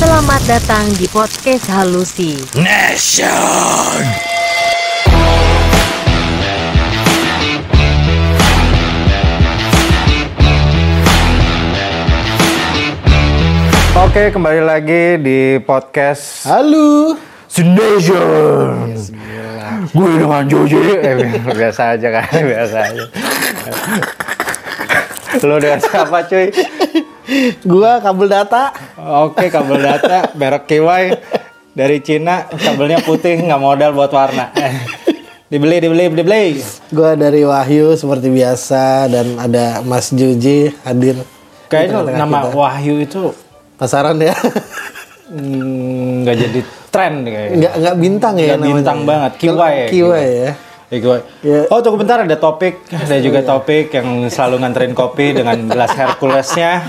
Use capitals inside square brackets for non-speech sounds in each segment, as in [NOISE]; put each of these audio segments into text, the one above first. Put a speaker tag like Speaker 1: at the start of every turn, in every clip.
Speaker 1: Selamat datang di podcast Halusi.
Speaker 2: Nation!
Speaker 3: Oke, kembali lagi di podcast
Speaker 4: Halo.
Speaker 3: Nation. Gue dengan Joji. Eh, biasa aja kan, [LAUGHS] biasa aja. Lo dengan siapa cuy?
Speaker 4: Gua kabel data.
Speaker 3: Oke, kabel data merek KY dari Cina, kabelnya putih, nggak modal buat warna. [LAUGHS] Eh, Dibeli, dibeli, dibeli.
Speaker 4: Gua dari Wahyu seperti biasa dan ada Mas Juji hadir. di
Speaker 3: Kayaknya
Speaker 4: tengah-tengah
Speaker 3: nama
Speaker 4: kita.
Speaker 3: Wahyu itu
Speaker 4: pasaran ya. [LAUGHS]
Speaker 3: mm, nggak jadi tren kayaknya.
Speaker 4: Enggak enggak bintang ya
Speaker 3: Nggak bintang banget, kiwai.
Speaker 4: Kiwai ya.
Speaker 3: Ya,
Speaker 4: Ya.
Speaker 3: gue-
Speaker 4: iya.
Speaker 3: Oh tunggu bentar ada topik Ada juga topik yang selalu nganterin kopi dengan gelas Herculesnya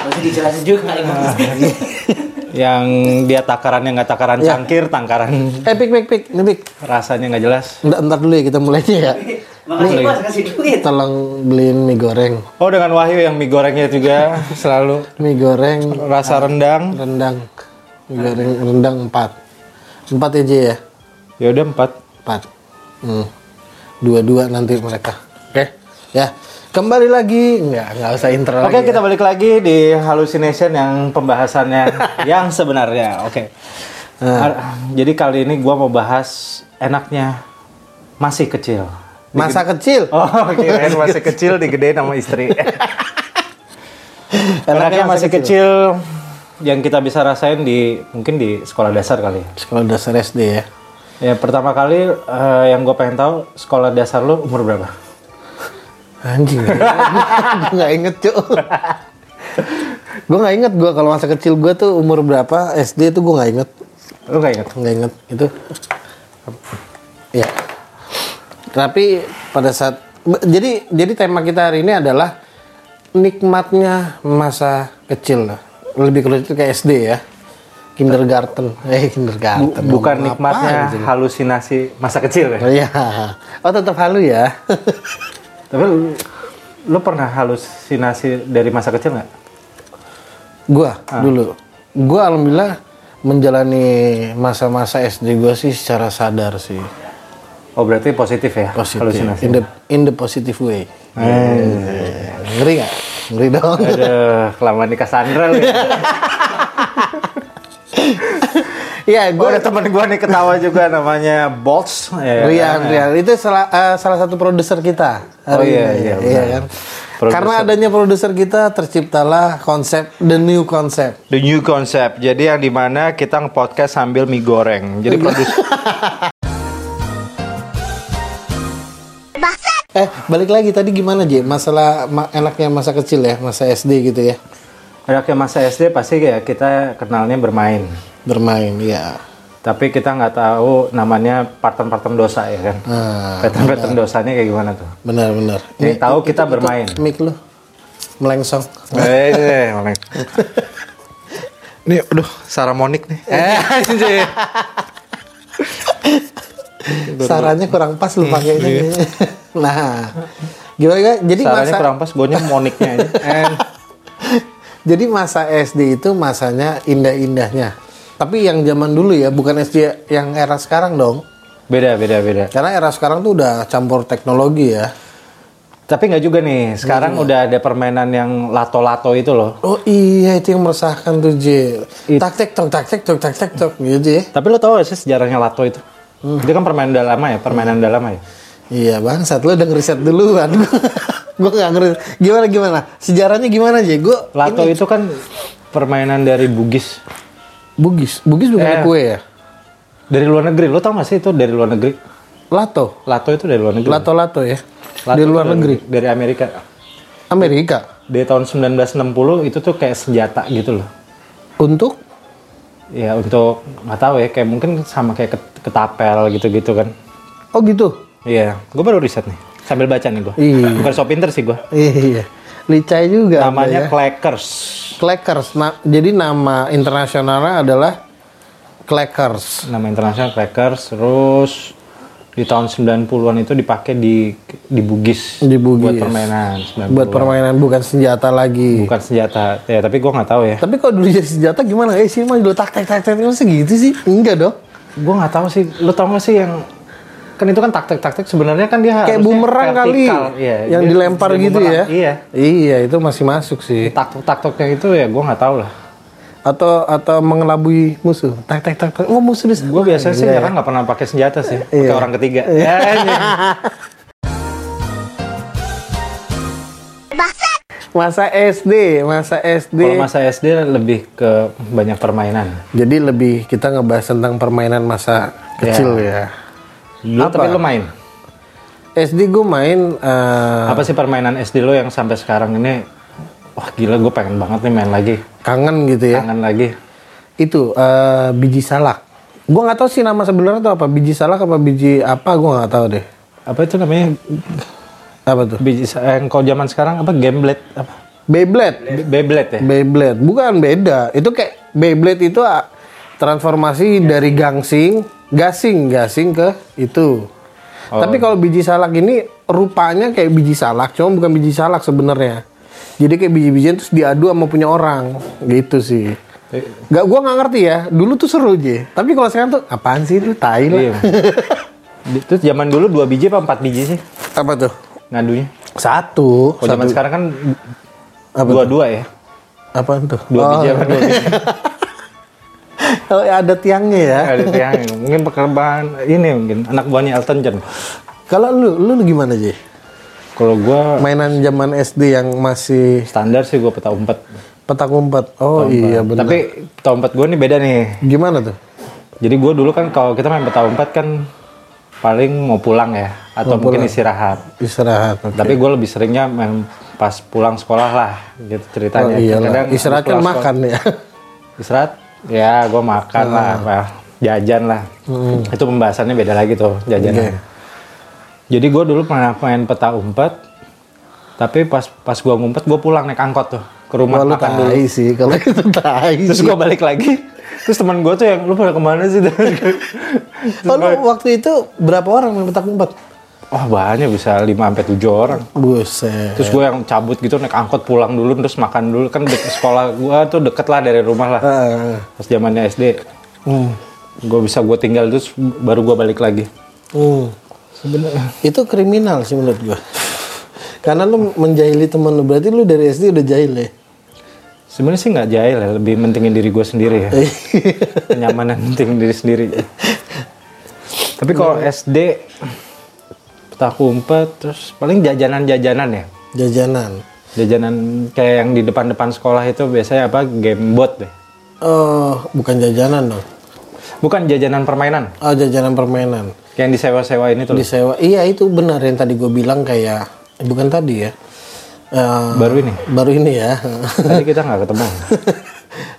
Speaker 3: Ah, Yang dia takarannya nggak takaran
Speaker 4: Ya.
Speaker 3: cangkir Tangkaran
Speaker 4: Eh pik pik pik, nih pik.
Speaker 3: rasanya nggak jelas
Speaker 4: Ntar, ntar dulu ya kita mulainya ya. Makasih Mas kasih duit. Tolong beliin mie goreng.
Speaker 3: Oh dengan Wahyu yang mie gorengnya juga Selalu
Speaker 4: Mie goreng
Speaker 3: rasa rendang
Speaker 4: rendang. Mie goreng rendang 4. 4 aja ya.
Speaker 3: Ya udah empat
Speaker 4: 4. Hmm. Dua-dua nanti mereka. Oke. Ya. Kembali lagi. Enggak, enggak usah intro
Speaker 3: Oke
Speaker 4: lagi. ya.
Speaker 3: kita balik lagi di Hallucination yang pembahasannya [LAUGHS] yang sebenarnya Oke Ah, Jadi kali ini gua mau bahas enaknya masih kecil
Speaker 4: Masa kecil.
Speaker 3: Oh, [LAUGHS] kirain masih kecil digedein sama istri. [LAUGHS] Enaknya masih kecil yang kita bisa rasain di mungkin di sekolah dasar kali. ya.
Speaker 4: Sekolah dasar SD ya.
Speaker 3: Ya pertama kali eh, yang gue pengen tahu sekolah dasar lu umur berapa? [LAUGHS]
Speaker 4: Anjing. gue nggak inget cuy. gue nggak inget gue kalau masa kecil gue tuh umur berapa SD tuh gue nggak inget.
Speaker 3: Lu gak inget?
Speaker 4: Nggak gitu. inget itu. Ya. Tapi pada saat be- jadi jadi tema kita hari ini adalah nikmatnya masa kecil lah. Lebih kalau itu kayak SD ya. Kindergarten, eh kindergarten.
Speaker 3: Bu- bukan
Speaker 4: Ngomong
Speaker 3: nikmatnya
Speaker 4: apaan sih?
Speaker 3: halusinasi masa kecil ya.
Speaker 4: Iya. Oh tetap halu ya.
Speaker 3: Tapi lu, lu pernah halusinasi dari masa kecil nggak?
Speaker 4: Gua
Speaker 3: Ah.
Speaker 4: dulu. Gua alhamdulillah menjalani masa-masa SD gua sih secara sadar sih.
Speaker 3: Oh berarti positif ya
Speaker 4: Positif.
Speaker 3: halusinasi. Eh.
Speaker 4: In the in the positive way. Ngeri nggak? Ngeri dong. [LAUGHS]
Speaker 3: Aduh, kelamaan nikah Sandra lu ya.
Speaker 4: Iya,
Speaker 3: Gue
Speaker 4: gua
Speaker 3: ada temen gue nih ketawa juga namanya Bolts. Ya.
Speaker 4: Rian, Rian. Itu salah, eh, salah satu produser kita. hari
Speaker 3: Oh, iya,
Speaker 4: ini.
Speaker 3: iya,
Speaker 4: iya
Speaker 3: benar.
Speaker 4: kan?
Speaker 3: Produser.
Speaker 4: Karena adanya produser kita terciptalah konsep the new concept.
Speaker 3: The new concept. Jadi yang dimana kita nge-podcast sambil mie goreng.
Speaker 4: Iya.
Speaker 3: Jadi produs
Speaker 4: Eh, balik lagi tadi gimana, J? Masalah ma- enaknya masa kecil ya, masa SD gitu ya.
Speaker 3: [LAUGHS] ada ke masa SD pasti ya kita kenalnya bermain.
Speaker 4: Bermain, ya.
Speaker 3: Tapi kita nggak tahu namanya pattern-pattern dosa ya kan.
Speaker 4: Nah,
Speaker 3: Pattern-pattern dosanya kayak gimana tuh?
Speaker 4: Benar-benar.
Speaker 3: Yang tahu kita bermain.
Speaker 4: Mik lu melengsong.
Speaker 3: Eh, Ini, aduh, Saramonik nih.
Speaker 4: [LAUGHS]
Speaker 3: Eh, anjir.
Speaker 4: Sarannya kurang pas lu
Speaker 3: Hmm,
Speaker 4: pakai ini. [LAUGHS] Nah, gimana gimana? Jadi
Speaker 3: iya. Sarannya
Speaker 4: masa
Speaker 3: kurang pas, gonya moniknya aja. [LAUGHS] Eh,
Speaker 4: [LAUGHS] jadi masa SD itu masanya indah-indahnya. Tapi yang zaman dulu ya, bukan SD yang era sekarang dong.
Speaker 3: beda, beda, beda.
Speaker 4: Karena era sekarang tuh udah campur teknologi ya.
Speaker 3: Tapi nggak juga nih, sekarang udah ada permainan yang lato-lato itu loh.
Speaker 4: Oh iya itu yang meresahkan tuh J.
Speaker 3: It-
Speaker 4: Tak tek tok tak tek tok tak tek tok gitu ya.
Speaker 3: Tapi lo tau gak sih sejarahnya lato itu? Itu kan permainan udah lama ya, permainan udah lama ya.
Speaker 4: Iya bangsat lu udah ngeriset duluan. gue nggak ngeriset. Gimana gimana? Sejarahnya gimana J? Gue
Speaker 3: Lato itu kan permainan dari Bugis,
Speaker 4: Bugis, Bugis bukan
Speaker 3: Eh.
Speaker 4: kue ya?
Speaker 3: dari luar negeri. Lo tau gak sih itu dari luar negeri?
Speaker 4: Lato,
Speaker 3: Lato itu dari luar negeri.
Speaker 4: lato-lato ya.
Speaker 3: Lato
Speaker 4: Di
Speaker 3: itu
Speaker 4: luar
Speaker 3: dari-
Speaker 4: negeri,
Speaker 3: Dari Amerika.
Speaker 4: Amerika.
Speaker 3: Dari tahun 1960 itu tuh kayak senjata gitu loh.
Speaker 4: Untuk
Speaker 3: Ya untuk nggak tahu ya, kayak mungkin sama kayak ket- ketapel gitu-gitu kan.
Speaker 4: oh gitu.
Speaker 3: Iya, gue baru riset nih sambil baca nih gue.
Speaker 4: Iya.
Speaker 3: Bukan so pinter sih gue.
Speaker 4: Iya, licai juga. Anda
Speaker 3: Namanya
Speaker 4: ya.
Speaker 3: Clackers.
Speaker 4: Clackers. Na- jadi nama internasionalnya adalah Clackers.
Speaker 3: Nama internasional Clackers. Terus di tahun 90-an itu dipakai di di Bugis,
Speaker 4: Di Bugis.
Speaker 3: buat permainan 90-an.
Speaker 4: Buat permainan bukan senjata lagi.
Speaker 3: bukan senjata ya tapi gua nggak tahu ya
Speaker 4: Tapi kalau dulu jadi senjata gimana? Eh sini mah dulu tak tak tak tak tak segitu sih? Enggak dong.
Speaker 3: gua nggak tahu sih lo tau gak sih yang kan itu kan taktik taktik sebenarnya kan dia
Speaker 4: Kayak
Speaker 3: harusnya
Speaker 4: bumerang kali
Speaker 3: vertikal. Iya,
Speaker 4: yang
Speaker 3: dia-
Speaker 4: dilempar
Speaker 3: dia
Speaker 4: gitu ya.
Speaker 3: bumerang. iya
Speaker 4: Iya, itu masih masuk sih.
Speaker 3: taktik taktiknya itu ya gua nggak tahu lah
Speaker 4: Atau atau mengelabui musuh. Tak tak tak. tak. Oh musuh di sana.
Speaker 3: Gue biasanya sih
Speaker 4: Iya.
Speaker 3: jarang nggak pernah pakai senjata sih, pakai
Speaker 4: Iya.
Speaker 3: orang ketiga.
Speaker 4: Iya.
Speaker 3: Ya, [LAUGHS] anjing.
Speaker 4: Masa SD, masa SD.
Speaker 3: Kalau masa SD lebih ke banyak permainan.
Speaker 4: Jadi lebih kita ngebahas tentang permainan masa kecil ya.
Speaker 3: Iya. Lu
Speaker 4: Apa?
Speaker 3: tapi lu main.
Speaker 4: SD gue main eh,
Speaker 3: Apa sih permainan SD lo yang sampai sekarang ini? Wah gila, gue pengen banget nih main lagi,
Speaker 4: kangen gitu ya.
Speaker 3: kangen lagi.
Speaker 4: Itu eh, biji salak. Gue nggak tahu sih nama sebenarnya tuh apa biji salak apa biji apa gue nggak tahu deh.
Speaker 3: Apa itu namanya?
Speaker 4: Apa tuh?
Speaker 3: Biji, eh, kalau zaman sekarang apa? Gamblet apa?
Speaker 4: Beyblade.
Speaker 3: Be- Beyblade ya.
Speaker 4: Beyblade bukan beda. Itu kayak Beyblade itu ah, transformasi dari gangsing, gasing, gasing ke itu.
Speaker 3: Oh.
Speaker 4: Tapi kalau biji salak ini rupanya kayak biji salak, cuma bukan biji salak sebenarnya. Jadi kayak biji-bijian terus diadu sama punya orang, gitu sih. Gak, gua nggak ngerti ya. Dulu tuh seru aja. Tapi kalau sekarang tuh apaan sih itu tai lah.
Speaker 3: Iya. Itu zaman dulu dua biji apa empat biji sih
Speaker 4: [LAUGHS] Apa tuh?
Speaker 3: ngadunya?
Speaker 4: Satu.
Speaker 3: Kalau zaman
Speaker 4: satu.
Speaker 3: sekarang kan
Speaker 4: Apa tuh?
Speaker 3: dua-dua ya,
Speaker 4: Apaan tuh?
Speaker 3: dua
Speaker 4: Oh,
Speaker 3: biji apa
Speaker 4: [LAUGHS]
Speaker 3: dua biji?
Speaker 4: oh, ada tiangnya ya.
Speaker 3: Ada tiang mungkin pekerjaan ini mungkin anak buahnya Elton John.
Speaker 4: Kalau lu, lu gimana sih?
Speaker 3: Kalau gua
Speaker 4: mainan zaman SD yang masih
Speaker 3: standar sih gua peta umpet.
Speaker 4: petak umpet. Oh iya benar.
Speaker 3: Tapi peta umpet gua ini beda nih.
Speaker 4: gimana tuh?
Speaker 3: Jadi gua dulu kan kalau kita main peta umpet kan paling mau pulang ya atau
Speaker 4: Mau
Speaker 3: mungkin
Speaker 4: pulang.
Speaker 3: istirahat.
Speaker 4: Istirahat. Oh, oke.
Speaker 3: Tapi gua lebih seringnya main pas pulang sekolah lah gitu
Speaker 4: oh,
Speaker 3: ceritanya.
Speaker 4: iya
Speaker 3: Kadang habis
Speaker 4: Istirahat kan
Speaker 3: pulang sekolah-
Speaker 4: makan ya.
Speaker 3: Istirahat? Ya gua makan lah,
Speaker 4: Ah.
Speaker 3: apa, jajan lah. Itu pembahasannya beda lagi tuh jajanan.
Speaker 4: Hmm. Oke.
Speaker 3: Jadi gue dulu pernah main peta umpet, tapi pas pas gue ngumpet gue pulang naik angkot tuh ke rumah
Speaker 4: Wah, lu
Speaker 3: makan dulu.
Speaker 4: tai sih kalau itu
Speaker 3: [LAUGHS]
Speaker 4: tai. sih.
Speaker 3: Terus gue balik lagi, terus teman gue tuh yang lu pada kemana sih? [LAUGHS] Terus
Speaker 4: Oh, lu
Speaker 3: gua-
Speaker 4: waktu itu berapa orang main petak umpet?
Speaker 3: Wah "Oh, banyak bisa 5 sampai tujuh orang.
Speaker 4: Buset.
Speaker 3: Terus gue yang cabut gitu naik angkot pulang dulu terus makan dulu kan dek- sekolah gue tuh deket lah dari rumah lah.
Speaker 4: Ah,
Speaker 3: Pas zamannya SD,
Speaker 4: hmm,
Speaker 3: gue bisa gue tinggal terus baru gue balik lagi.
Speaker 4: hmm. Itu kriminal sih menurut gua. Karena lu menjahili teman lu berarti lu dari SD udah jahil ya.
Speaker 3: Sebenarnya sih nggak jahil ya, lebih mentingin diri gue sendiri ya.
Speaker 4: Iya.
Speaker 3: kenyamanan [LAUGHS] penting diri sendiri. Tapi kalau SD petak umpet terus paling jajanan-jajanan ya.
Speaker 4: [LAUGHS] Jajanan.
Speaker 3: Jajanan kayak yang di depan-depan sekolah itu biasanya apa? Game bot deh.
Speaker 4: Oh, bukan jajanan dong.
Speaker 3: Bukan jajanan permainan.
Speaker 4: Oh, jajanan permainan.
Speaker 3: Kayak yang disewa-sewa ini tuh. loh.
Speaker 4: disewa iya itu benar yang tadi gue bilang kayak eh, bukan tadi ya Eh,
Speaker 3: Baru ini?
Speaker 4: baru ini ya [LAUGHS]
Speaker 3: Tadi kita nggak ketemu.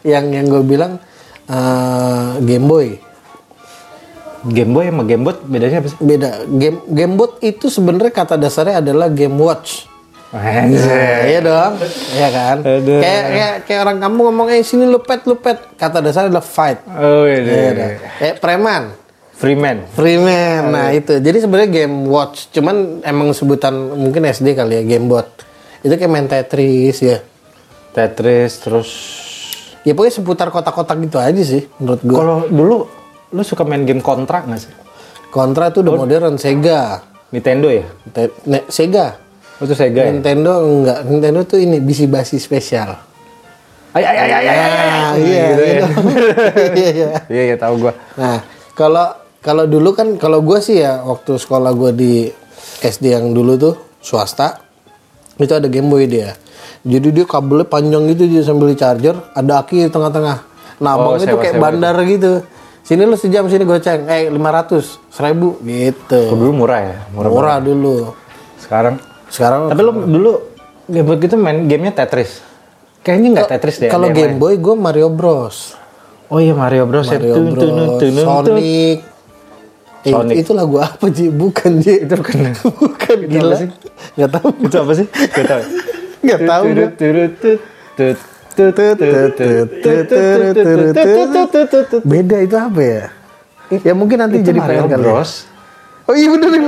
Speaker 4: yang yang gue bilang eh, Game Boy
Speaker 3: Game Boy sama Game Bot bedanya
Speaker 4: [LAUGHS]
Speaker 3: apa sih?
Speaker 4: beda game Game Boy itu sebenarnya kata dasarnya adalah Game Watch
Speaker 3: Anjir.
Speaker 4: Nah, iya dong iya kan
Speaker 3: Aduh.
Speaker 4: kayak kayak kayak orang kamu ngomong eh sini lupet lupet kata dasarnya adalah fight
Speaker 3: Oh,
Speaker 4: Iya
Speaker 3: iya.
Speaker 4: dong. kayak preman
Speaker 3: Freeman.
Speaker 4: Freeman, nah itu. Jadi sebenarnya game watch, cuman emang sebutan mungkin SD kali ya game bot. Itu kayak main Tetris ya.
Speaker 3: Tetris terus
Speaker 4: Ya pokoknya seputar kotak-kotak gitu aja sih menurut gua.
Speaker 3: kalau dulu lu suka main game kontrak nggak sih?
Speaker 4: Kontra tuh udah modern Sega.
Speaker 3: Nintendo ya?
Speaker 4: Te- ne- Sega.
Speaker 3: Oh, itu Sega ya?
Speaker 4: Nintendo enggak. Nintendo tuh ini bisi basi spesial.
Speaker 3: Ay, ay, ay, ay, ay, ay, ay.
Speaker 4: Ah, iya,
Speaker 3: Gitu
Speaker 4: iya.
Speaker 3: ya.
Speaker 4: [LAUGHS] Iya, iya.
Speaker 3: Iya, iya tahu gua.
Speaker 4: Nah, kalau kalau dulu kan kalau gue sih ya waktu sekolah gue di SD yang dulu tuh swasta itu ada Game Boy dia. Jadi dia kabelnya panjang gitu dia sambil di charger, ada aki di tengah-tengah. Nah, abang itu
Speaker 3: Oh, sewa-sewa
Speaker 4: kayak
Speaker 3: itu.
Speaker 4: bandar gitu. Sini lu sejam sini goceng. Eh, 500, 1000 gitu.
Speaker 3: Gua dulu murah ya, murah.
Speaker 4: Murah dulu.
Speaker 3: Sekarang.
Speaker 4: Sekarang
Speaker 3: Tapi lu dulu game begitu main gamenya Tetris. Kayaknya nggak Tetris deh.
Speaker 4: kalau
Speaker 3: ada
Speaker 4: Game
Speaker 3: yang
Speaker 4: Boy
Speaker 3: lain.
Speaker 4: gue Mario Bros.
Speaker 3: Oh iya Mario Bros. ya.
Speaker 4: Mario
Speaker 3: Tun,
Speaker 4: Bros,
Speaker 3: tunun, tunun, tun.
Speaker 4: Sonic. Eh,
Speaker 3: Sonic.
Speaker 4: itu lagu apa Ji? Bukan Ji.
Speaker 3: [LAUGHS]
Speaker 4: Itu bukan. bukan gila.
Speaker 3: sih?
Speaker 4: Gak tahu.
Speaker 3: Itu apa sih? Gak tahu.
Speaker 4: Gak tahu. gua.
Speaker 3: Turut, turut, tut, tut, tut, tut, tut, tut, tut, tut, tut, tut, tut, tut, tut, tut.
Speaker 4: Beda itu apa ya? Ya mungkin nanti
Speaker 3: Itu
Speaker 4: jadi
Speaker 3: Mario
Speaker 4: PR kali. ya.
Speaker 3: Bros.
Speaker 4: Oh iya bener nih.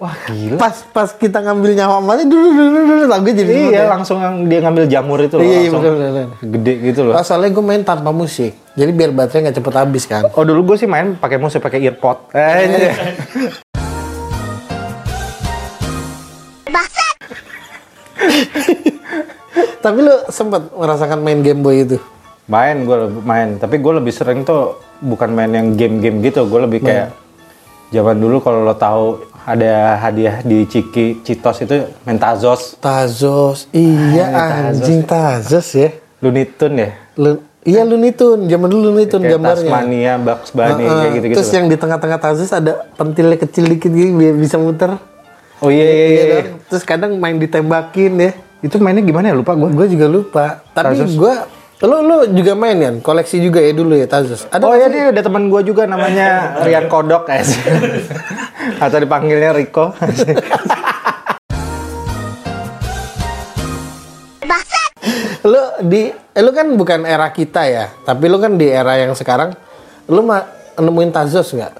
Speaker 3: Wah gila.
Speaker 4: Pas pas kita ngambil nyawa emaknya dulu dulu dulu lagu jadi
Speaker 3: Iya,
Speaker 4: semut ya.
Speaker 3: langsung yang dia ngambil jamur itu loh.
Speaker 4: Iya, iya,
Speaker 3: langsung
Speaker 4: betul, betul, betul.
Speaker 3: Gede gitu loh.
Speaker 4: Oh, soalnya gue main tanpa musik. Jadi biar baterai nggak cepet habis kan.
Speaker 3: Oh dulu gue sih main pakai musik pakai earpod.
Speaker 4: iya.
Speaker 3: Eh,
Speaker 4: Tapi lu sempet merasakan main Game Boy itu.
Speaker 3: [LAUGHS] main gue main, tapi gue lebih sering tuh bukan main yang game-game gitu. Gue lebih kayak zaman dulu kalau lo tahu ada hadiah di Ciki Citos itu Mentazos,
Speaker 4: Tazos.
Speaker 3: Ah,
Speaker 4: Iya anjing Tazos ya.
Speaker 3: Looney Tunes ya.
Speaker 4: Lu- iya Looney Tunes, zaman dulu Looney Tunes
Speaker 3: Kayak
Speaker 4: gambarnya.
Speaker 3: Tasmania, Bugs Bunny,
Speaker 4: ya? Heeh.
Speaker 3: kayak gitu-gitu.
Speaker 4: Terus ya.
Speaker 3: loh.
Speaker 4: yang di tengah-tengah Tazos ada pentilnya kecil dikit gini biar bisa muter.
Speaker 3: Oh iya
Speaker 4: Iya
Speaker 3: iya iya.
Speaker 4: dong. Terus kadang main ditembakin ya.
Speaker 3: Itu mainnya gimana ya? Lupa gue.
Speaker 4: Gue juga lupa. Tapi
Speaker 3: Tazos.
Speaker 4: gue, lu lu juga main kan? Koleksi juga ya dulu ya Tazos. Ada
Speaker 3: oh
Speaker 4: nggak
Speaker 3: iya
Speaker 4: sih?
Speaker 3: dia ada teman gue juga
Speaker 4: [LAUGHS]
Speaker 3: namanya Rian Kodok guys. Atau dipanggilnya Riko.
Speaker 4: lu di eh, lu kan bukan era kita ya tapi lu kan di era yang sekarang lu ma- nemuin Tazos nggak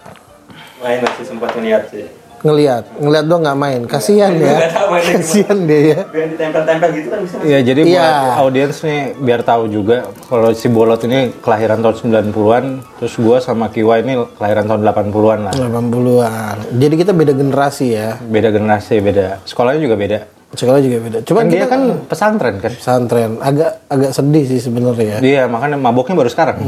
Speaker 5: main masih sempat melihat sih
Speaker 4: ngelihat ngelihat doang nggak main kasihan ya
Speaker 5: Nggak tahu mainnya gimana.
Speaker 4: kasihan dia ya
Speaker 5: biar ditempel-tempel gitu kan bisa
Speaker 3: Iya, jadi
Speaker 4: Iya.
Speaker 3: buat audiens nih biar tahu juga kalau si Bolot ini kelahiran tahun 90-an, terus gua sama Kiwa ini kelahiran tahun 80-an lah.
Speaker 4: 80-an jadi kita beda generasi ya
Speaker 3: Beda generasi, beda. Sekolahnya juga beda.
Speaker 4: sekolah juga beda cuman
Speaker 3: Kan
Speaker 4: kita
Speaker 3: dia kan pesantren kan.
Speaker 4: pesantren agak agak sedih sih sebenarnya ya.
Speaker 3: Iya, makanya maboknya baru sekarang.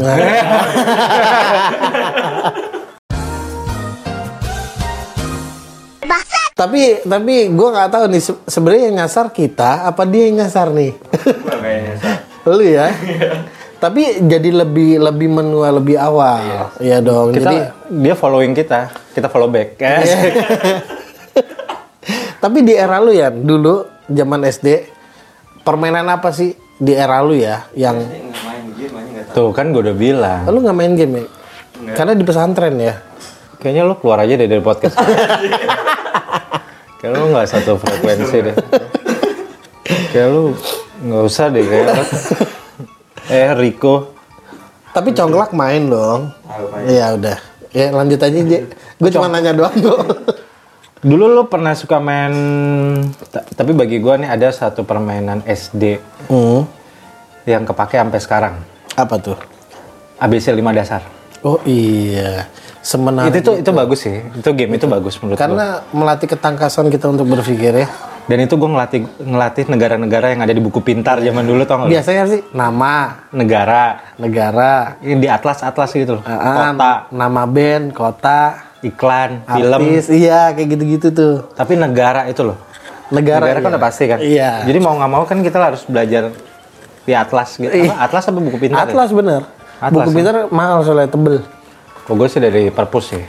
Speaker 4: tapi tapi gue nggak tahu nih se- sebenarnya yang nyasar kita apa dia yang nyasar nih [LAUGHS]
Speaker 5: Gua kayaknya Sa.
Speaker 4: lu ya tapi jadi lebih lebih menua lebih awal ya dong
Speaker 3: Kita
Speaker 4: jadi [LAUGHS]
Speaker 3: dia following kita, kita follow back. kan?
Speaker 4: Tapi di era lu ya dulu zaman SD permainan apa sih di era lu ya yang
Speaker 5: Ini nggak main game mainnya nggak
Speaker 3: Tuh kan gua udah bilang.
Speaker 4: lu nggak main game ya? Karena di pesantren ya.
Speaker 3: Kayaknya lo keluar aja deh dari podcast.
Speaker 4: [LAUGHS]
Speaker 3: Kayak lo nggak satu frekuensi deh. Kayak lo nggak usah deh kayak. lo- eh Riko,
Speaker 4: Tapi congklak main dong.
Speaker 3: Ah,
Speaker 5: Tahu, main.
Speaker 4: Iya udah. Ya lanjut aja Gue cuma nanya doang kok.
Speaker 3: dulu lo pernah suka main, ta- tapi bagi gua nih ada satu permainan SD
Speaker 4: Hmm.
Speaker 3: yang kepake sampai sekarang.
Speaker 4: Apa tuh?
Speaker 3: ABC 5 dasar.
Speaker 4: Oh iya. Semenarik.
Speaker 3: itu tuh itu bagus sih. Itu game itu bagus menurut gua.
Speaker 4: Karena melatih ketangkasan kita untuk berpikir ya.
Speaker 3: Dan itu gua ngelatih ngelatih negara-negara yang ada di buku pintar zaman dulu tau nggak? lo?
Speaker 4: Biasanya sih nama,
Speaker 3: Negara
Speaker 4: negara,
Speaker 3: ini di atlas atlas gitu loh.
Speaker 4: ah,
Speaker 3: Kota,
Speaker 4: nama band, kota,
Speaker 3: iklan, film.
Speaker 4: artis, iya kayak gitu-gitu tuh.
Speaker 3: Tapi negara itu loh.
Speaker 4: negara,
Speaker 3: negara kan udah pasti kan.
Speaker 4: iya
Speaker 3: Jadi mau nggak mau kan kita harus belajar di atlas gitu. Apa, atlas apa buku pintar? ya?
Speaker 4: atlas bener
Speaker 3: Atlas,
Speaker 4: buku
Speaker 3: ya?
Speaker 4: pintar mahal soalnya tebel
Speaker 3: Oh, gue sih dari perpus [LAUGHS] sih.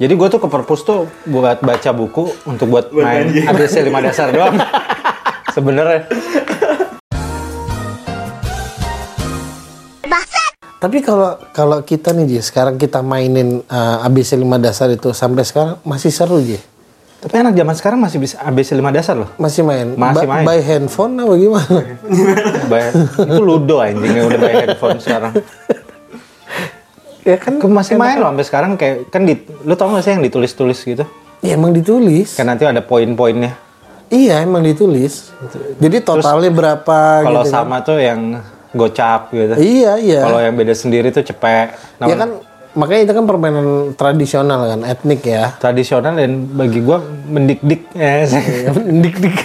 Speaker 3: Jadi gue tuh ke perpus tuh buat baca buku untuk buat main ABC 5 dasar doang. Sebenernya.
Speaker 4: tapi kalau kalau kita nih Ji, sekarang kita mainin eh, ABC 5 dasar itu sampai sekarang masih seru Ji
Speaker 3: Tapi anak zaman sekarang masih bisa ABC 5 dasar loh.
Speaker 4: masih main
Speaker 3: Masih main.
Speaker 4: by handphone apa gimana
Speaker 3: Bayar- itu ludo anjing yang udah bayar handphone sekarang.
Speaker 4: ya kan
Speaker 3: Ke- Masih main loh sampai sekarang kayak kan di, lu tau gak sih yang ditulis-tulis gitu?
Speaker 4: ya, emang ditulis
Speaker 3: Kan nanti ada poin-poinnya.
Speaker 4: iya emang ditulis jadi totalnya berapa
Speaker 3: Kalau
Speaker 4: gitu kan.
Speaker 3: sama tuh yang gocap gitu.
Speaker 4: iya iya
Speaker 3: Kalau yang beda sendiri tuh cepek. Nah,
Speaker 4: ya kan makanya itu kan permainan tradisional kan etnik ya
Speaker 3: tradisional dan bagi gua mendikdik ya.
Speaker 4: Iya.
Speaker 3: mendikdik.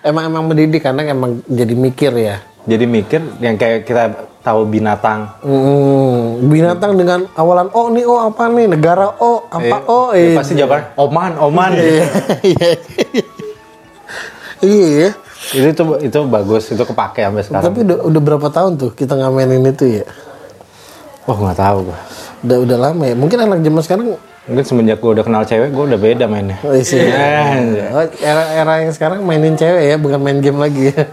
Speaker 4: emang emang mendidik karena emang jadi mikir ya
Speaker 3: [LAUGHS] Jadi mikir yang kayak kita tahu binatang.
Speaker 4: Hmm, binatang dengan awalan "Oh, O nih O apa nih negara O apa O
Speaker 3: ya
Speaker 4: eh.
Speaker 3: pasti jawaban oman, oman.
Speaker 4: Iya. Iya.
Speaker 3: itu itu itu bagus, itu kepake sampai sekarang.
Speaker 4: Tapi udah, udah berapa tahun tuh kita nggak mainin itu ya?
Speaker 3: Wah, Oh, nggak tahu gua.
Speaker 4: Udah udah lama ya. Mungkin anak zaman sekarang
Speaker 3: Mungkin semenjak gua udah kenal cewek, gua udah beda mainnya.
Speaker 4: Oh, isi.
Speaker 3: Ya,
Speaker 4: Oh, era-era yang sekarang mainin cewek ya, bukan main game lagi ya.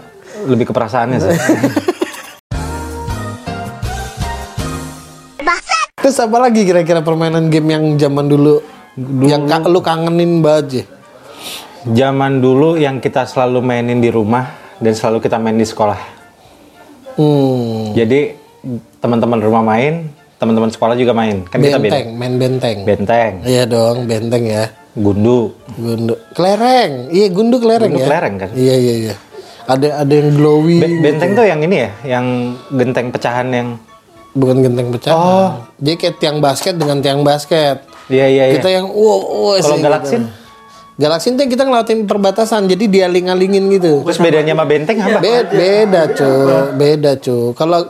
Speaker 3: lebih ke perasaannya
Speaker 4: [LAUGHS]
Speaker 3: sih.
Speaker 4: Terus apa lagi kira-kira permainan game yang zaman dulu, yang ka- lu kangenin banget ya?
Speaker 3: Zaman dulu yang kita selalu mainin di rumah dan selalu kita main di sekolah.
Speaker 4: Hmm.
Speaker 3: Jadi teman-teman rumah main, teman-teman sekolah juga main. Kan kita
Speaker 4: benteng,
Speaker 3: beda.
Speaker 4: main benteng.
Speaker 3: Benteng,
Speaker 4: Iya dong, benteng ya.
Speaker 3: gundu.
Speaker 4: Gundu, kelereng. Iya, gundu kelereng
Speaker 3: Gundu
Speaker 4: ya.
Speaker 3: kelereng kan?
Speaker 4: Iya, iya, iya. Ada ada yang glowing.
Speaker 3: Be- benteng tuh yang ini ya, yang genteng pecahan yang
Speaker 4: Bukan genteng pecah. Oh. Jadi kayak tiang basket dengan tiang basket.
Speaker 3: Iya iya iya.
Speaker 4: Kita yang wow, wow
Speaker 3: Kalau
Speaker 4: sih,
Speaker 3: galaksin?
Speaker 4: gitu. Galaksin tuh yang kita ngelawatin perbatasan, jadi dia aling-alingin gitu.
Speaker 3: Terus bedanya sama Iya, benteng apa?
Speaker 4: Iya, Be- beda cu, beda cu. Kalau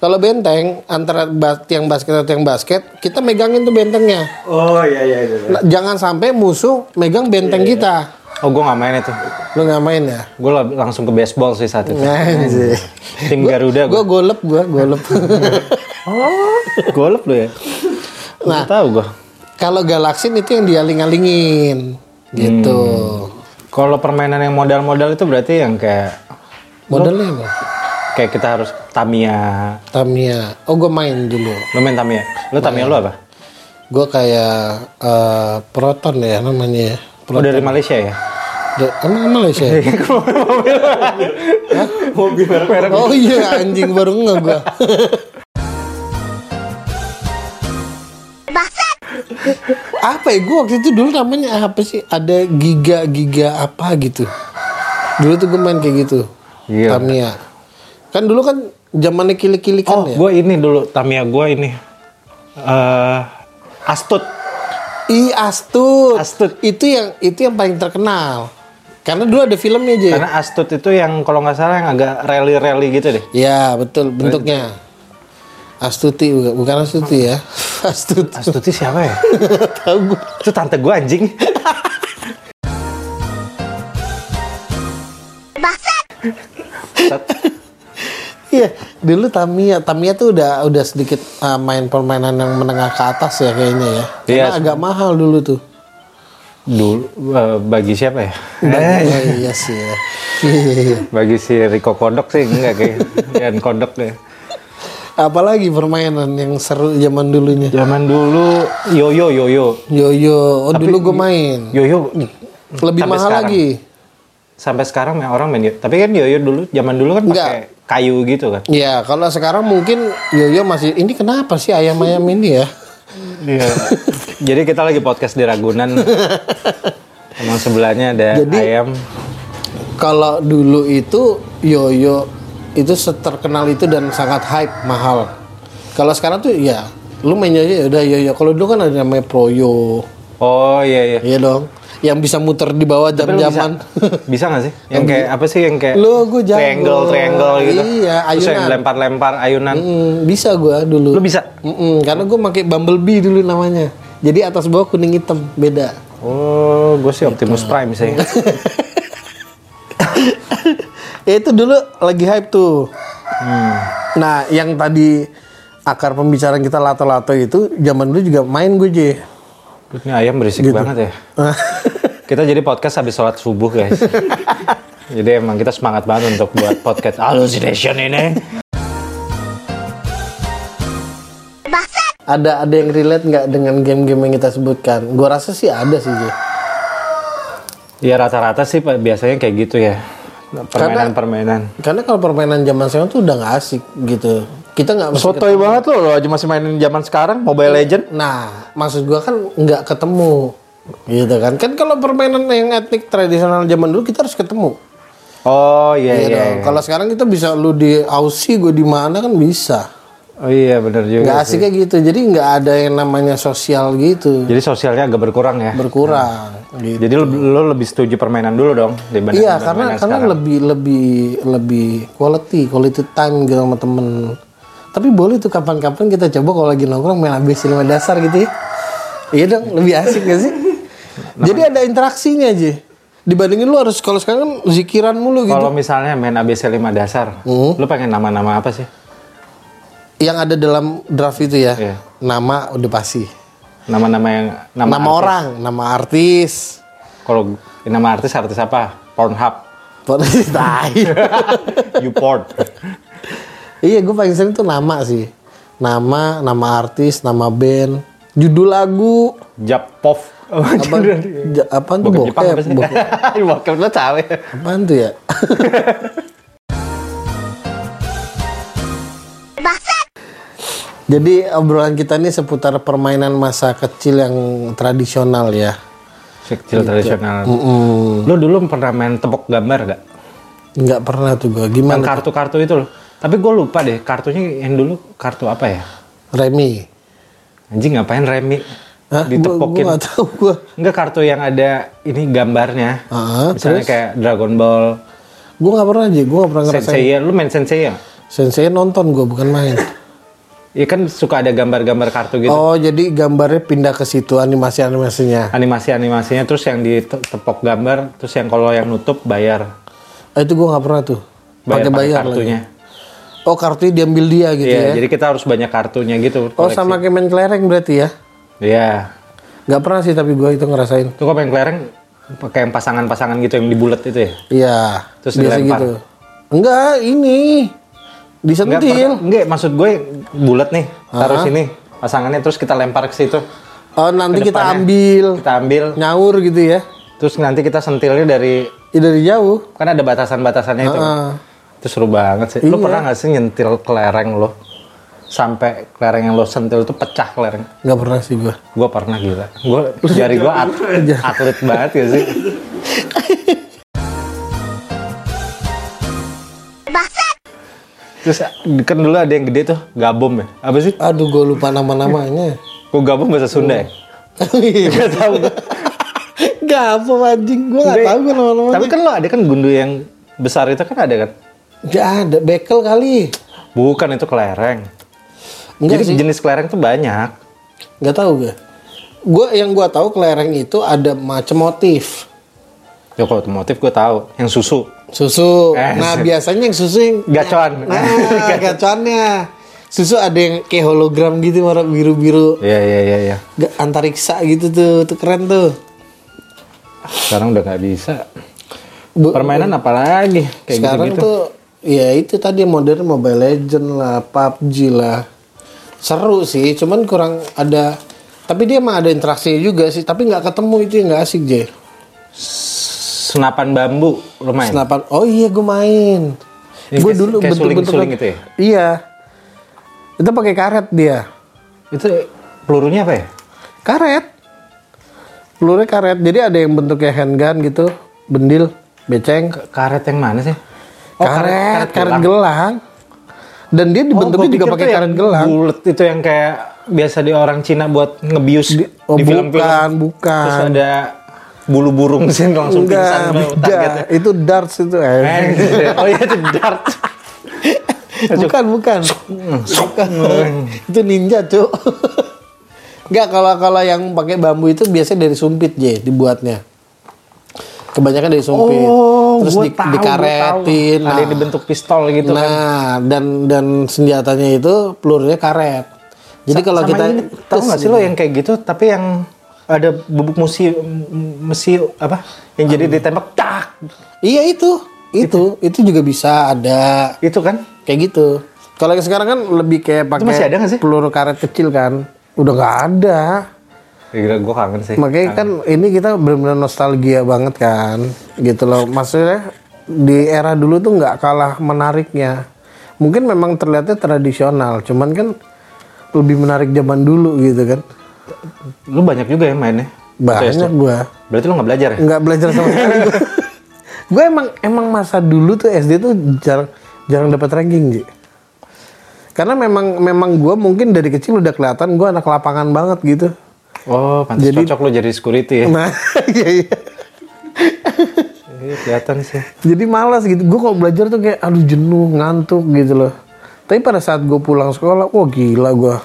Speaker 4: kalau benteng antara ba- tiang basket atau tiang basket, kita megangin tuh bentengnya.
Speaker 5: Oh iya iya iya.
Speaker 4: Nah, jangan sampai musuh megang benteng kita.
Speaker 3: Oh, gue nggak main itu.
Speaker 4: Lu nggak main ya?
Speaker 3: Gue langsung ke baseball sih
Speaker 4: Iya.
Speaker 3: saat itu.
Speaker 4: Anjir.
Speaker 3: Iya. Tim Garuda
Speaker 4: Gue
Speaker 3: gue.
Speaker 4: golep, gue golep. [LAUGHS]
Speaker 3: Golep lu ya.
Speaker 4: Nah.
Speaker 3: Nah, tahu gue.
Speaker 4: kalau galaksin itu yang dia aling-alingin gitu.
Speaker 3: Hmm. Kalau permainan yang modal-modal itu berarti yang kayak
Speaker 4: Modelnya apa?
Speaker 3: kayak kita harus Tamiya.
Speaker 4: Tamiya. Oh, gue main dulu.
Speaker 3: Lu main Tamiya? Lu Tamiya lu apa?
Speaker 4: Gue kayak eh, Proton ya namanya. ya.
Speaker 3: Lu
Speaker 4: Proton.
Speaker 3: dari Iya, Malaysia ya?
Speaker 4: Da- Emang Malaysia
Speaker 3: [LAUGHS]
Speaker 4: ya?
Speaker 5: Mobil merah.
Speaker 4: Oh iya anjing baru nge gua.
Speaker 3: [LAUGHS]
Speaker 4: apa ya gue waktu itu dulu namanya apa sih ada giga giga apa gitu dulu tuh gue main kayak gitu
Speaker 3: Iya.
Speaker 4: Tamiya kan dulu kan zamannya kili-kili kan
Speaker 3: Oh,
Speaker 4: ya
Speaker 3: gue ini dulu Tamiya gue ini. eh Astut.
Speaker 4: i astut
Speaker 3: Astut.
Speaker 4: itu yang itu yang paling terkenal karena dulu ada filmnya aja
Speaker 3: Karena Astut itu yang kalau nggak salah yang agak rally-rally gitu deh.
Speaker 4: ya betul bentuknya astuti bukan- bukan astuti ya [LAUGHS] astut
Speaker 3: Astuti siapa [LAUGHS] ya?
Speaker 4: tahu gue
Speaker 3: itu tante gue anjing.
Speaker 4: Iya, dulu Tamiya, Tamiya tuh udah udah sedikit uh, main permainan yang menengah ke atas ya kayaknya ya. Karena
Speaker 3: Iya,
Speaker 4: agak mahal dulu tuh.
Speaker 3: Dulu eh, bagi siapa ya?
Speaker 4: Iya, iya sih. Ya. Iya, iya.
Speaker 3: Bagi si Riko Kodok sih enggak kayak Ian Kodok deh.
Speaker 4: Apalagi permainan yang seru zaman dulunya.
Speaker 3: Zaman dulu yoyo yoyo.
Speaker 4: Yoyo, oh
Speaker 3: Tapi-
Speaker 4: dulu gue main.
Speaker 3: Yoyo
Speaker 4: Lebih
Speaker 3: sampai
Speaker 4: mahal
Speaker 3: sekarang.
Speaker 4: lagi.
Speaker 3: sampai sekarang ya orang main yoyo. Tapi kan yoyo dulu zaman dulu kan
Speaker 4: Enggak.
Speaker 3: pakai kayu gitu kan.
Speaker 4: Iya, kalau sekarang mungkin Yoyo masih ini kenapa sih ayam-ayam ini ya?
Speaker 3: Iya. [LAUGHS] Jadi kita lagi podcast di Ragunan. Emang sebelahnya ada
Speaker 4: Jadi-
Speaker 3: ayam.
Speaker 4: Kalau dulu itu Yoyo itu terkenal itu dan sangat hype mahal. Kalau sekarang tuh ya lu main Yoyo ya udah Yoyo. Kalau dulu kan ada namanya Proyo.
Speaker 3: Oh iya iya.
Speaker 4: Iya dong. Yang bisa muter di bawah
Speaker 3: Tapi lu
Speaker 4: jam-jaman. [LAUGHS]
Speaker 3: bisa, bisa gak sih? Yang kayak apa sih yang kayak
Speaker 4: Lu, gua jago.
Speaker 3: triangle triangle gitu.
Speaker 4: Iya,
Speaker 3: Terus yang
Speaker 4: ayunan.
Speaker 3: lempar-lempar ayunan.
Speaker 4: Mm, bisa gua dulu.
Speaker 3: Lu bisa?
Speaker 4: Mm-mm, karena gua pakai Bumblebee dulu namanya. Jadi atas bawah kuning hitam, beda.
Speaker 3: Oh, gue
Speaker 4: Gitu.
Speaker 3: sih Optimus Prime
Speaker 4: [LAUGHS]
Speaker 3: sih.
Speaker 4: [LAUGHS] Ya, itu dulu lagi hype tuh. Nah, yang tadi akar pembicaraan kita lato-lato itu zaman dulu juga main gue, J.
Speaker 3: Ini ayam berisik
Speaker 4: Gitu.
Speaker 3: banget ya. Kita jadi podcast habis sholat subuh
Speaker 4: [LAUGHS]
Speaker 3: guys. jadi emang kita semangat banget untuk buat podcast hallucination ini.
Speaker 4: ada ada yang relate nggak dengan game-game yang kita sebutkan? Gua rasa sih ada sih, J.
Speaker 3: Ya rata-rata sih Pak, biasanya kayak gitu ya. Permainan-permainan.
Speaker 4: Karena kalau permainan zaman sekarang tuh udah nggak asik gitu. Kita nggak mesti
Speaker 3: Sotoy banget lo, lo aja masih mainin zaman sekarang Mobile Legend.
Speaker 4: Nah, maksud gua kan nggak ketemu, gitu kan? Kan kalau permainan yang etnik tradisional zaman dulu kita harus ketemu.
Speaker 3: Oh
Speaker 4: Iya
Speaker 3: iya iya.
Speaker 4: dong.
Speaker 3: iya.
Speaker 4: Kalau sekarang kita bisa lu di Aussie, gue di mana kan bisa.
Speaker 3: Oh iya bener juga.
Speaker 4: Nggak
Speaker 3: sih.
Speaker 4: asik kayak gitu. Jadi nggak ada yang namanya sosial gitu,
Speaker 3: Jadi sosialnya agak berkurang ya.
Speaker 4: berkurang. Gitu.
Speaker 3: Jadi lo, lo lebih setuju permainan dulu dong dibanding
Speaker 4: Iya,
Speaker 3: permainan
Speaker 4: karena karena
Speaker 3: sekarang.
Speaker 4: lebih lebih lebih quality, quality time gitu sama temen. Tapi boleh tuh kapan-kapan kita coba kalau lagi nongkrong main ABC 5 dasar gitu ya. Iya dong, lebih asik gak sih?
Speaker 3: Nah,
Speaker 4: Jadi ada interaksinya aja. Dibandingin lu harus kalau sekarang kan zikiran mulu gitu.
Speaker 3: Kalau misalnya main ABC 5 dasar,
Speaker 4: Hmm.
Speaker 3: lo pengen nama-nama apa sih?
Speaker 4: Yang ada dalam draft itu ya.
Speaker 3: Iya.
Speaker 4: Nama udah pasti.
Speaker 3: Nama-nama yang
Speaker 4: Nama,
Speaker 3: artis.
Speaker 4: orang, nama artis.
Speaker 3: Kalau nama artis artis apa?
Speaker 4: [LAUGHS]
Speaker 3: Pornhub,
Speaker 4: Pokoknya tai.
Speaker 3: YouPorn.
Speaker 4: Iya, gue paling sering tuh nama sih. Nama, nama artis, nama band, judul
Speaker 3: [LAUGHS]
Speaker 4: lagu.
Speaker 3: Japov. [LAUGHS]
Speaker 4: apa ja, apaan tuh Oh, bokep,
Speaker 3: Bokep Jepang apa sih?
Speaker 4: Bokep.
Speaker 3: [LAUGHS] Bokep lo tahu ya.
Speaker 4: apaan tuh ya [LAUGHS] Jadi obrolan kita ini seputar permainan masa kecil yang tradisional ya.
Speaker 3: Kecil tradisional.
Speaker 4: gitu. Mm-mm.
Speaker 3: Lo dulu pernah main tepok gambar gak?
Speaker 4: Nggak pernah tuh gue.
Speaker 3: Yang
Speaker 4: Gimana?
Speaker 3: kartu-kartu itu loh. Tapi gue lupa deh kartunya yang dulu kartu apa ya?
Speaker 4: Remi.
Speaker 3: Anjing ngapain Remi?
Speaker 4: Hah? Gue
Speaker 3: Ditepokin.
Speaker 4: nggak tahu gue.
Speaker 3: Enggak kartu yang ada ini gambarnya.
Speaker 4: Ah,
Speaker 3: Misalnya
Speaker 4: terus?
Speaker 3: kayak Dragon Ball,
Speaker 4: Gue nggak pernah aja. Gue nggak pernah ngerasain.
Speaker 3: Sensei ya. Lu main Sensei ya?
Speaker 4: Sensei nonton gue bukan main.
Speaker 3: Iya kan suka ada gambar-gambar kartu gitu.
Speaker 4: Oh jadi gambarnya pindah ke situ animasi animasinya.
Speaker 3: Animasi-animasinya terus yang ditepok gambar, terus yang kalau yang nutup bayar.
Speaker 4: Eh, itu gue nggak pernah tuh. Pakai
Speaker 3: Bayar pakai
Speaker 4: bayar
Speaker 3: kartunya.
Speaker 4: lagi. Oh kartunya diambil dia gitu
Speaker 3: Iya,
Speaker 4: ya.
Speaker 3: jadi kita harus banyak kartunya gitu.
Speaker 4: Oh
Speaker 3: koleksi.
Speaker 4: sama kayak main kelereng berarti ya?
Speaker 3: Iya.
Speaker 4: Nggak pernah sih tapi gue itu ngerasain.
Speaker 3: Itu kok main kelereng pakai yang pasangan-pasangan gitu yang dibulet itu ya?
Speaker 4: Iya.
Speaker 3: Terus
Speaker 4: biasa
Speaker 3: dilempar.
Speaker 4: gitu. Enggak ini
Speaker 3: Enggak,
Speaker 4: disentil.
Speaker 3: pernah- enggak, maksud gue bulat nih, taruh sini pasangannya terus kita lempar ke situ.
Speaker 4: Oh nanti
Speaker 3: Ke
Speaker 4: kita
Speaker 3: depannya.
Speaker 4: ambil
Speaker 3: Kita ambil,
Speaker 4: nyaur gitu ya?
Speaker 3: terus nanti kita sentilnya dari
Speaker 4: Ya, dari jauh.
Speaker 3: kan ada batasan-batasannya itu.
Speaker 4: Heeh.
Speaker 3: Itu seru banget sih. Lo
Speaker 4: Iya.
Speaker 3: pernah nggak sih nyentil kelereng lo? Sampai kelereng yang lo sentil itu pecah kelereng.
Speaker 4: Nggak pernah sih gue.
Speaker 3: Gue pernah gila. Gue jari gue at- atlet banget ya sih. Terus kan dulu ada yang gede tuh gabom ya. Apa sih?
Speaker 4: Aduh gue lupa nama namanya.
Speaker 3: Kok gabom bahasa Sunda ya? Gak tau.
Speaker 4: Gak Iya. apa anjing gue nggak tahu gue nama namanya.
Speaker 3: Tapi kan lo ada kan gundu yang besar itu kan ada kan?
Speaker 4: Nggak ada bekel kali.
Speaker 3: Bukan itu kelereng.
Speaker 4: Enggak
Speaker 3: Jadi
Speaker 4: sih.
Speaker 3: jenis kelereng tuh banyak.
Speaker 4: Nggak tahu gue. Gue yang gue tahu kelereng itu ada macam motif.
Speaker 3: Ya kalau otomotif gue tahu, yang susu.
Speaker 4: Susu.
Speaker 3: Eh,
Speaker 4: Nah,
Speaker 3: susu.
Speaker 4: biasanya yang susu [LAUGHS] yang
Speaker 3: Gacoan.
Speaker 4: Nah, gacoannya. Susu ada yang kayak hologram gitu warna biru-biru
Speaker 3: Iya iya iya iya.
Speaker 4: ga- antariksa gitu tuh. Itu keren tuh.
Speaker 3: Sekarang udah nggak bisa.
Speaker 4: Bu-
Speaker 3: Permainan apa lagi? Kayak
Speaker 4: Sekarang
Speaker 3: gitu-gitu.
Speaker 4: tuh ya itu tadi modern Mobile Legend lah, PUBG lah. Seru sih, cuman kurang ada tapi dia emang ada interaksinya juga sih, tapi nggak ketemu itu yang nggak asik, Jay.
Speaker 3: senapan bambu lo main.
Speaker 4: Senapan. Oh iya, gue main.
Speaker 3: Ini
Speaker 4: Gue
Speaker 3: kayak-
Speaker 4: dulu
Speaker 3: kayak suling-suling
Speaker 4: bentuk-
Speaker 3: gitu ya?
Speaker 4: Iya. Itu pakai karet dia.
Speaker 3: Itu pelurunya apa ya?
Speaker 4: Karet. Pelurunya karet. Jadi ada yang bentuknya handgun gitu, bendil, beceng.
Speaker 3: K- Karet yang ya? mana sih?
Speaker 4: Oh,
Speaker 3: Oh,
Speaker 4: karet, karet, gelang. Dan dia dibentuknya juga pakai karet gelang.
Speaker 3: Bulat itu yang kayak biasa di orang Cina buat ngebius di,
Speaker 4: oh,
Speaker 3: di film-film.
Speaker 4: bukan, bukan.
Speaker 3: Terus ada bulu burung sih langsung
Speaker 4: Enggak,
Speaker 3: pingsan lo
Speaker 4: enggak.
Speaker 3: targetnya.
Speaker 4: Itu darts itu. eh. [LAUGHS]
Speaker 3: Eh, gitu ya. oh iya itu dart.
Speaker 4: bukan, bukan. bukan. itu ninja, Cuk. [LAUGHS] Enggak kalau kalau yang pakai bambu itu biasanya dari sumpit, J, dibuatnya. Kebanyakan dari sumpit. Terus
Speaker 3: Oh, gua
Speaker 4: di,
Speaker 3: tahu, gua
Speaker 4: dikaretin.
Speaker 3: tahu. Ada yang dibentuk pistol gitu kan.
Speaker 4: Nah, dan dan senjatanya itu pelurunya karet. Jadi
Speaker 3: Sa-
Speaker 4: kalau
Speaker 3: sama
Speaker 4: kita
Speaker 3: ini, tahu nggak sih lo yang kayak gitu tapi yang ada bubuk musi musi apa yang jadi ditembak tak
Speaker 4: Iya itu, itu, itu juga bisa ada
Speaker 3: itu kan
Speaker 4: kayak gitu. Kalau yang sekarang kan lebih kayak pakai
Speaker 3: masih ada nggak sih?
Speaker 4: peluru karet kecil kan, udah nggak ada.
Speaker 3: ya, gila gue kangen sih
Speaker 4: Makanya kan ini kita benar-benar nostalgia banget kan, gitu loh. Maksudnya di era dulu tuh nggak kalah menariknya. Mungkin memang terlihatnya tradisional, cuman kan lebih menarik zaman dulu gitu kan.
Speaker 3: lu banyak juga ya mainnya Atau
Speaker 4: Banyak
Speaker 3: SD?
Speaker 4: gua.
Speaker 3: berarti lu nggak belajar ya
Speaker 4: nggak belajar sama sekali gue emang emang masa dulu tuh SD tuh jarang jarang dapat ranking Ji. karena memang memang gue mungkin dari kecil udah kelihatan gue anak lapangan banget gitu
Speaker 3: oh pantas
Speaker 4: Jadi-
Speaker 3: cocok lu jadi security ya
Speaker 4: nah [LAUGHS] iya iya
Speaker 3: Iya, kelihatan sih
Speaker 4: jadi malas gitu gue kalau belajar tuh kayak aduh jenuh ngantuk gitu loh tapi pada saat gue pulang sekolah wah gila gue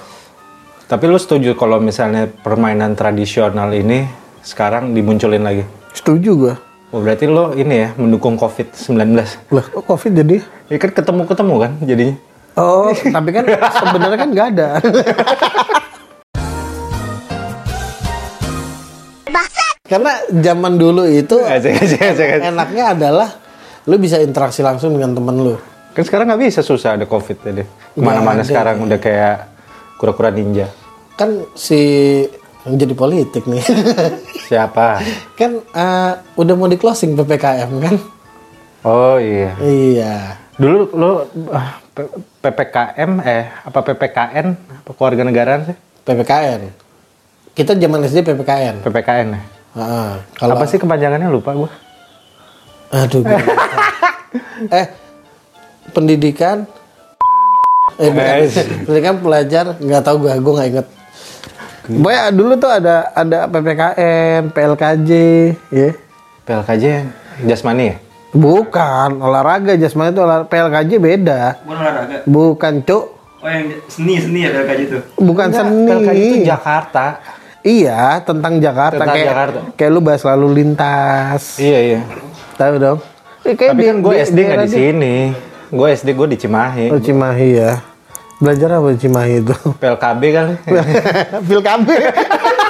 Speaker 3: tapi lu setuju kalau misalnya permainan tradisional ini sekarang dimunculin lagi
Speaker 4: setuju gue
Speaker 3: oh, berarti lo ini ya mendukung covid 19
Speaker 4: lah kok covid jadi
Speaker 3: ya kan ketemu ketemu kan jadinya
Speaker 4: oh tapi kan sebenarnya kan nggak ada karena zaman dulu itu
Speaker 3: Asik, asik, asik, asik.
Speaker 4: enaknya adalah lu bisa interaksi langsung dengan temen lu.
Speaker 3: Kan sekarang nggak bisa susah ada covid tadi. Kemana-mana
Speaker 4: ada.
Speaker 3: sekarang udah kayak kura-kura ninja.
Speaker 4: Kan si menjadi politik nih. [LAUGHS]
Speaker 3: Siapa?
Speaker 4: kan eh, udah mau di closing PPKM kan?
Speaker 3: Oh iya.
Speaker 4: Iya.
Speaker 3: Dulu lo ah, P- PPKM eh apa PPKN apa keluarga negaraan sih
Speaker 4: PPKN. Kita zaman SD PPKN.
Speaker 3: PPKN ya?
Speaker 4: Heeh. Kalau
Speaker 3: apa sih kepanjangannya lupa gua
Speaker 4: Aduh. gua lupa.
Speaker 3: [LAUGHS]
Speaker 4: eh pendidikan eh bukan.
Speaker 3: Eh.
Speaker 4: pendidikan pelajar nggak tahu gua gua nggak inget. Boya dulu tuh ada ada PPKN, PLKJ, ya.
Speaker 3: PLKJ jasmani ya
Speaker 4: Bukan olahraga jasmani itu olah, PLKJ beda.
Speaker 5: Bukan olahraga.
Speaker 4: Bukan cuk,
Speaker 5: Oh yang seni seni ya dari kaji itu.
Speaker 4: bukan seni.
Speaker 3: PLKJ itu Jakarta
Speaker 4: Iya, tentang Jakarta
Speaker 3: Tentang
Speaker 4: kayak
Speaker 3: Jakarta.
Speaker 4: kayak lu bahas lalu lintas.
Speaker 3: iya iya
Speaker 4: Tahu dong. Eh, kayak
Speaker 3: tapi
Speaker 4: di-
Speaker 3: kan gue
Speaker 4: di-
Speaker 3: SD nggak
Speaker 4: daerah
Speaker 3: di sini gue SD gue di
Speaker 4: dia.
Speaker 3: Cimahi
Speaker 4: Oh, Cimahi ya. Belajar apa di Cimahi itu?
Speaker 3: PLKB
Speaker 4: [LAUGHS]
Speaker 3: kali
Speaker 4: Pilkab.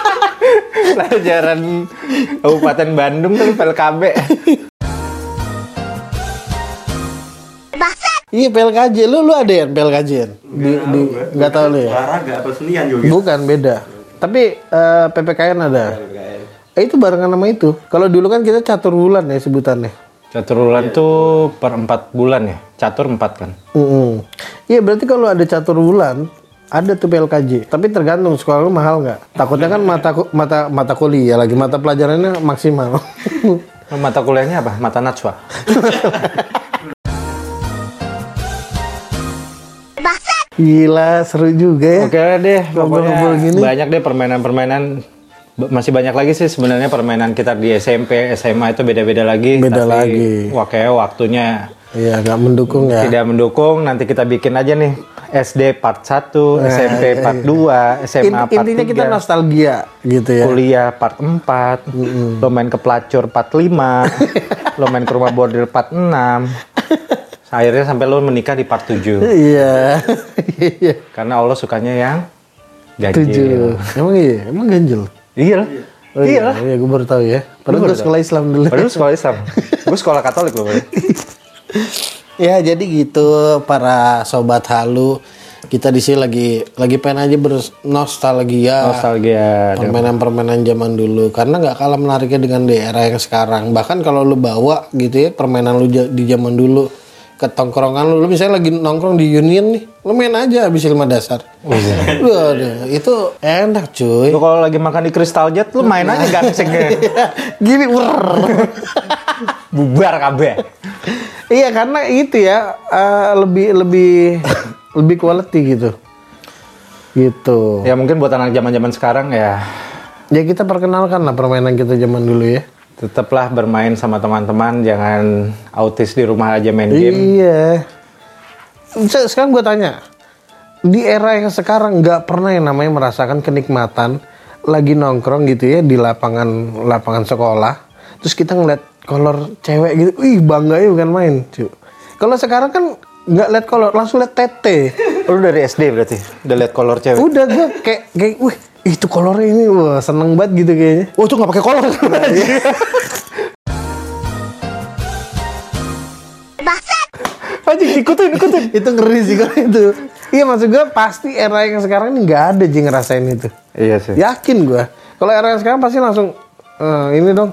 Speaker 3: [LAUGHS] pelajaran Kabupaten Bandung kan PLKB
Speaker 4: Iya PLKJ lu lu ada ya PLKJ -an? di di nggak tahu lu ya.
Speaker 5: Olahraga apa senian juga.
Speaker 4: Bukan beda. Tapi eh, PPKN ada. Eh, itu barengan sama itu. Kalau dulu kan kita catur bulan ya sebutannya.
Speaker 3: catur bulan tuh per 4 bulan ya catur 4 kan
Speaker 4: Mm-mm. Iya berarti kalau ada catur bulan ada tuh PLKJ. Tapi tergantung sekolah lu mahal nggak. Takutnya kan mata ku- mata mata kuliah lagi mata pelajarannya maksimal. [LAUGHS]
Speaker 3: mata kuliahnya apa mata najwa
Speaker 4: Gila seru juga ya.
Speaker 3: Oke deh,
Speaker 4: Ngobrol-ngobrol
Speaker 3: pokoknya
Speaker 4: gini.
Speaker 3: banyak deh permainan-permainan. B- Masih banyak lagi sih sebenarnya permainan kita di SMP, SMA itu beda-beda lagi.
Speaker 4: Beda
Speaker 3: Tapi,
Speaker 4: lagi.
Speaker 3: Wah kayak waktunya
Speaker 4: Iya nggak mendukung ya.
Speaker 3: tidak mendukung. Nanti kita bikin aja nih SD part 1,
Speaker 4: Ya,
Speaker 3: SMP part 2,
Speaker 4: In-
Speaker 3: SMA part
Speaker 4: intinya kita
Speaker 3: 3.
Speaker 4: nostalgia gitu ya.
Speaker 3: Kuliah part 4, lo main ke pelacur part
Speaker 4: [LAUGHS]
Speaker 3: 5, lo main ke rumah bordir part 6. Akhirnya sampai lo menikah di part 7.
Speaker 4: Iya. Iya. [LAUGHS]
Speaker 3: Karena Allah sukanya yang ganjil.
Speaker 4: Tujuh. Emang iya, emang ganjil.
Speaker 3: Iya lah.
Speaker 4: Oh,
Speaker 3: iya lah.
Speaker 4: Iya, gue baru tahu ya.
Speaker 3: Lu
Speaker 4: Padahal
Speaker 3: baru
Speaker 4: gue sekolah Islam dulu.
Speaker 3: Padahal lu sekolah Islam. gue sekolah Katolik loh. Bang.
Speaker 4: Ya, jadi gitu para sobat halu. Kita di sini lagi lagi pengen aja bernostalgia.
Speaker 3: Nostalgia.
Speaker 4: permainan-permainan zaman dulu karena nggak kalah menariknya dengan di era yang sekarang bahkan kalau lu bawa gitu ya permainan lu ja- di zaman dulu ke tongkrongan lu, lu misalnya lagi nongkrong di Union nih lu main aja habis ilmu dasar
Speaker 3: Iya.
Speaker 4: Waduh, itu enak cuy
Speaker 3: Lu kalau lagi makan di Crystal Jet, lu main aja gangsingnya.
Speaker 4: gini wrrr.
Speaker 3: Bubar kabeh.
Speaker 4: iya karena itu ya eh, lebih lebih [LAUGHS] lebih quality gitu gitu
Speaker 3: Ya mungkin buat anak zaman-zaman sekarang ya
Speaker 4: ya kita perkenalkan lah permainan kita zaman dulu ya
Speaker 3: tetaplah bermain sama teman-teman, jangan autis di rumah aja main game.
Speaker 4: Iya. Se- Sekarang gue tanya, di era yang sekarang nggak pernah yang namanya merasakan kenikmatan lagi nongkrong gitu ya di lapangan lapangan sekolah. Terus kita ngeliat kolor cewek gitu, ih bangga ya bukan main. cu. Kalau sekarang kan nggak liat kolor, langsung liat tete.
Speaker 3: Lu dari SD berarti udah lihat kolor cewek.
Speaker 4: Udah gue kayak kayak, wih itu kolornya ini, wah seneng banget gitu kayaknya. iya. Oh itu nggak pakai [LAUGHS] kolor.
Speaker 3: Anjing ikutin, ikutin.
Speaker 4: itu ngeri sih kalau itu. Iya maksud gue pasti era yang sekarang ini nggak ada sih ngerasain itu.
Speaker 3: Iya sih.
Speaker 4: Yakin gue. Kalau RR sekarang pasti langsung eh, ini dong.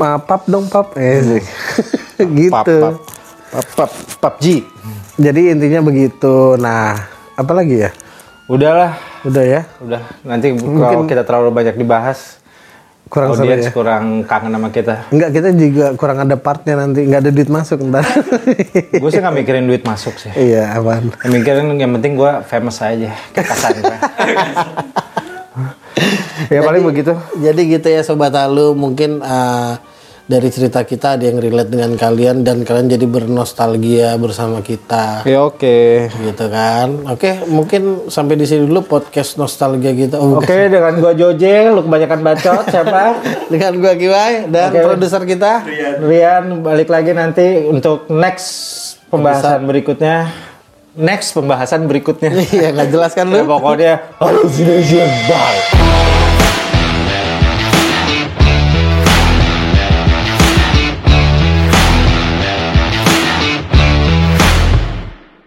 Speaker 4: Ma, pap dong pap. Eh, sih. [LAUGHS] gitu.
Speaker 3: Pap, pap. Pap, pap, PUBG.
Speaker 4: Jadi intinya begitu. Nah, apa lagi ya?
Speaker 3: Udahlah,
Speaker 4: Udah ya.
Speaker 3: udah. Nanti kalau kita terlalu banyak dibahas,
Speaker 4: Kurang seru
Speaker 3: audiens
Speaker 4: ya.
Speaker 3: kurang kangen sama kita.
Speaker 4: Enggak, kita juga kurang ada partnya nanti. Enggak ada duit masuk ntar. [LAUGHS]
Speaker 3: gue sih nggak mikirin duit masuk sih
Speaker 4: iya, apaan.
Speaker 3: yang mikirin yang penting gue famous aja kekasan
Speaker 4: [LAUGHS]
Speaker 3: gue ya paling begitu
Speaker 4: Jadi gitu ya Sobat Halu, mungkin eh, dari cerita kita ada yang relate dengan kalian dan kalian jadi bernostalgia bersama kita.
Speaker 3: ya oke
Speaker 4: gitu kan oke mungkin sampai di sini dulu podcast nostalgia kita oh,
Speaker 3: oke dengan gue Joje lu kebanyakan bacot siapa
Speaker 4: bukan. [LAUGHS] dengan gua Kiwai dan
Speaker 3: Oke.
Speaker 4: produser kita [LAUGHS]
Speaker 3: Rian balik lagi nanti untuk next pembahasan berikutnya next pembahasan berikutnya
Speaker 4: iya nggak jelas kan
Speaker 3: ya
Speaker 4: lu
Speaker 3: pokoknya hallucination bye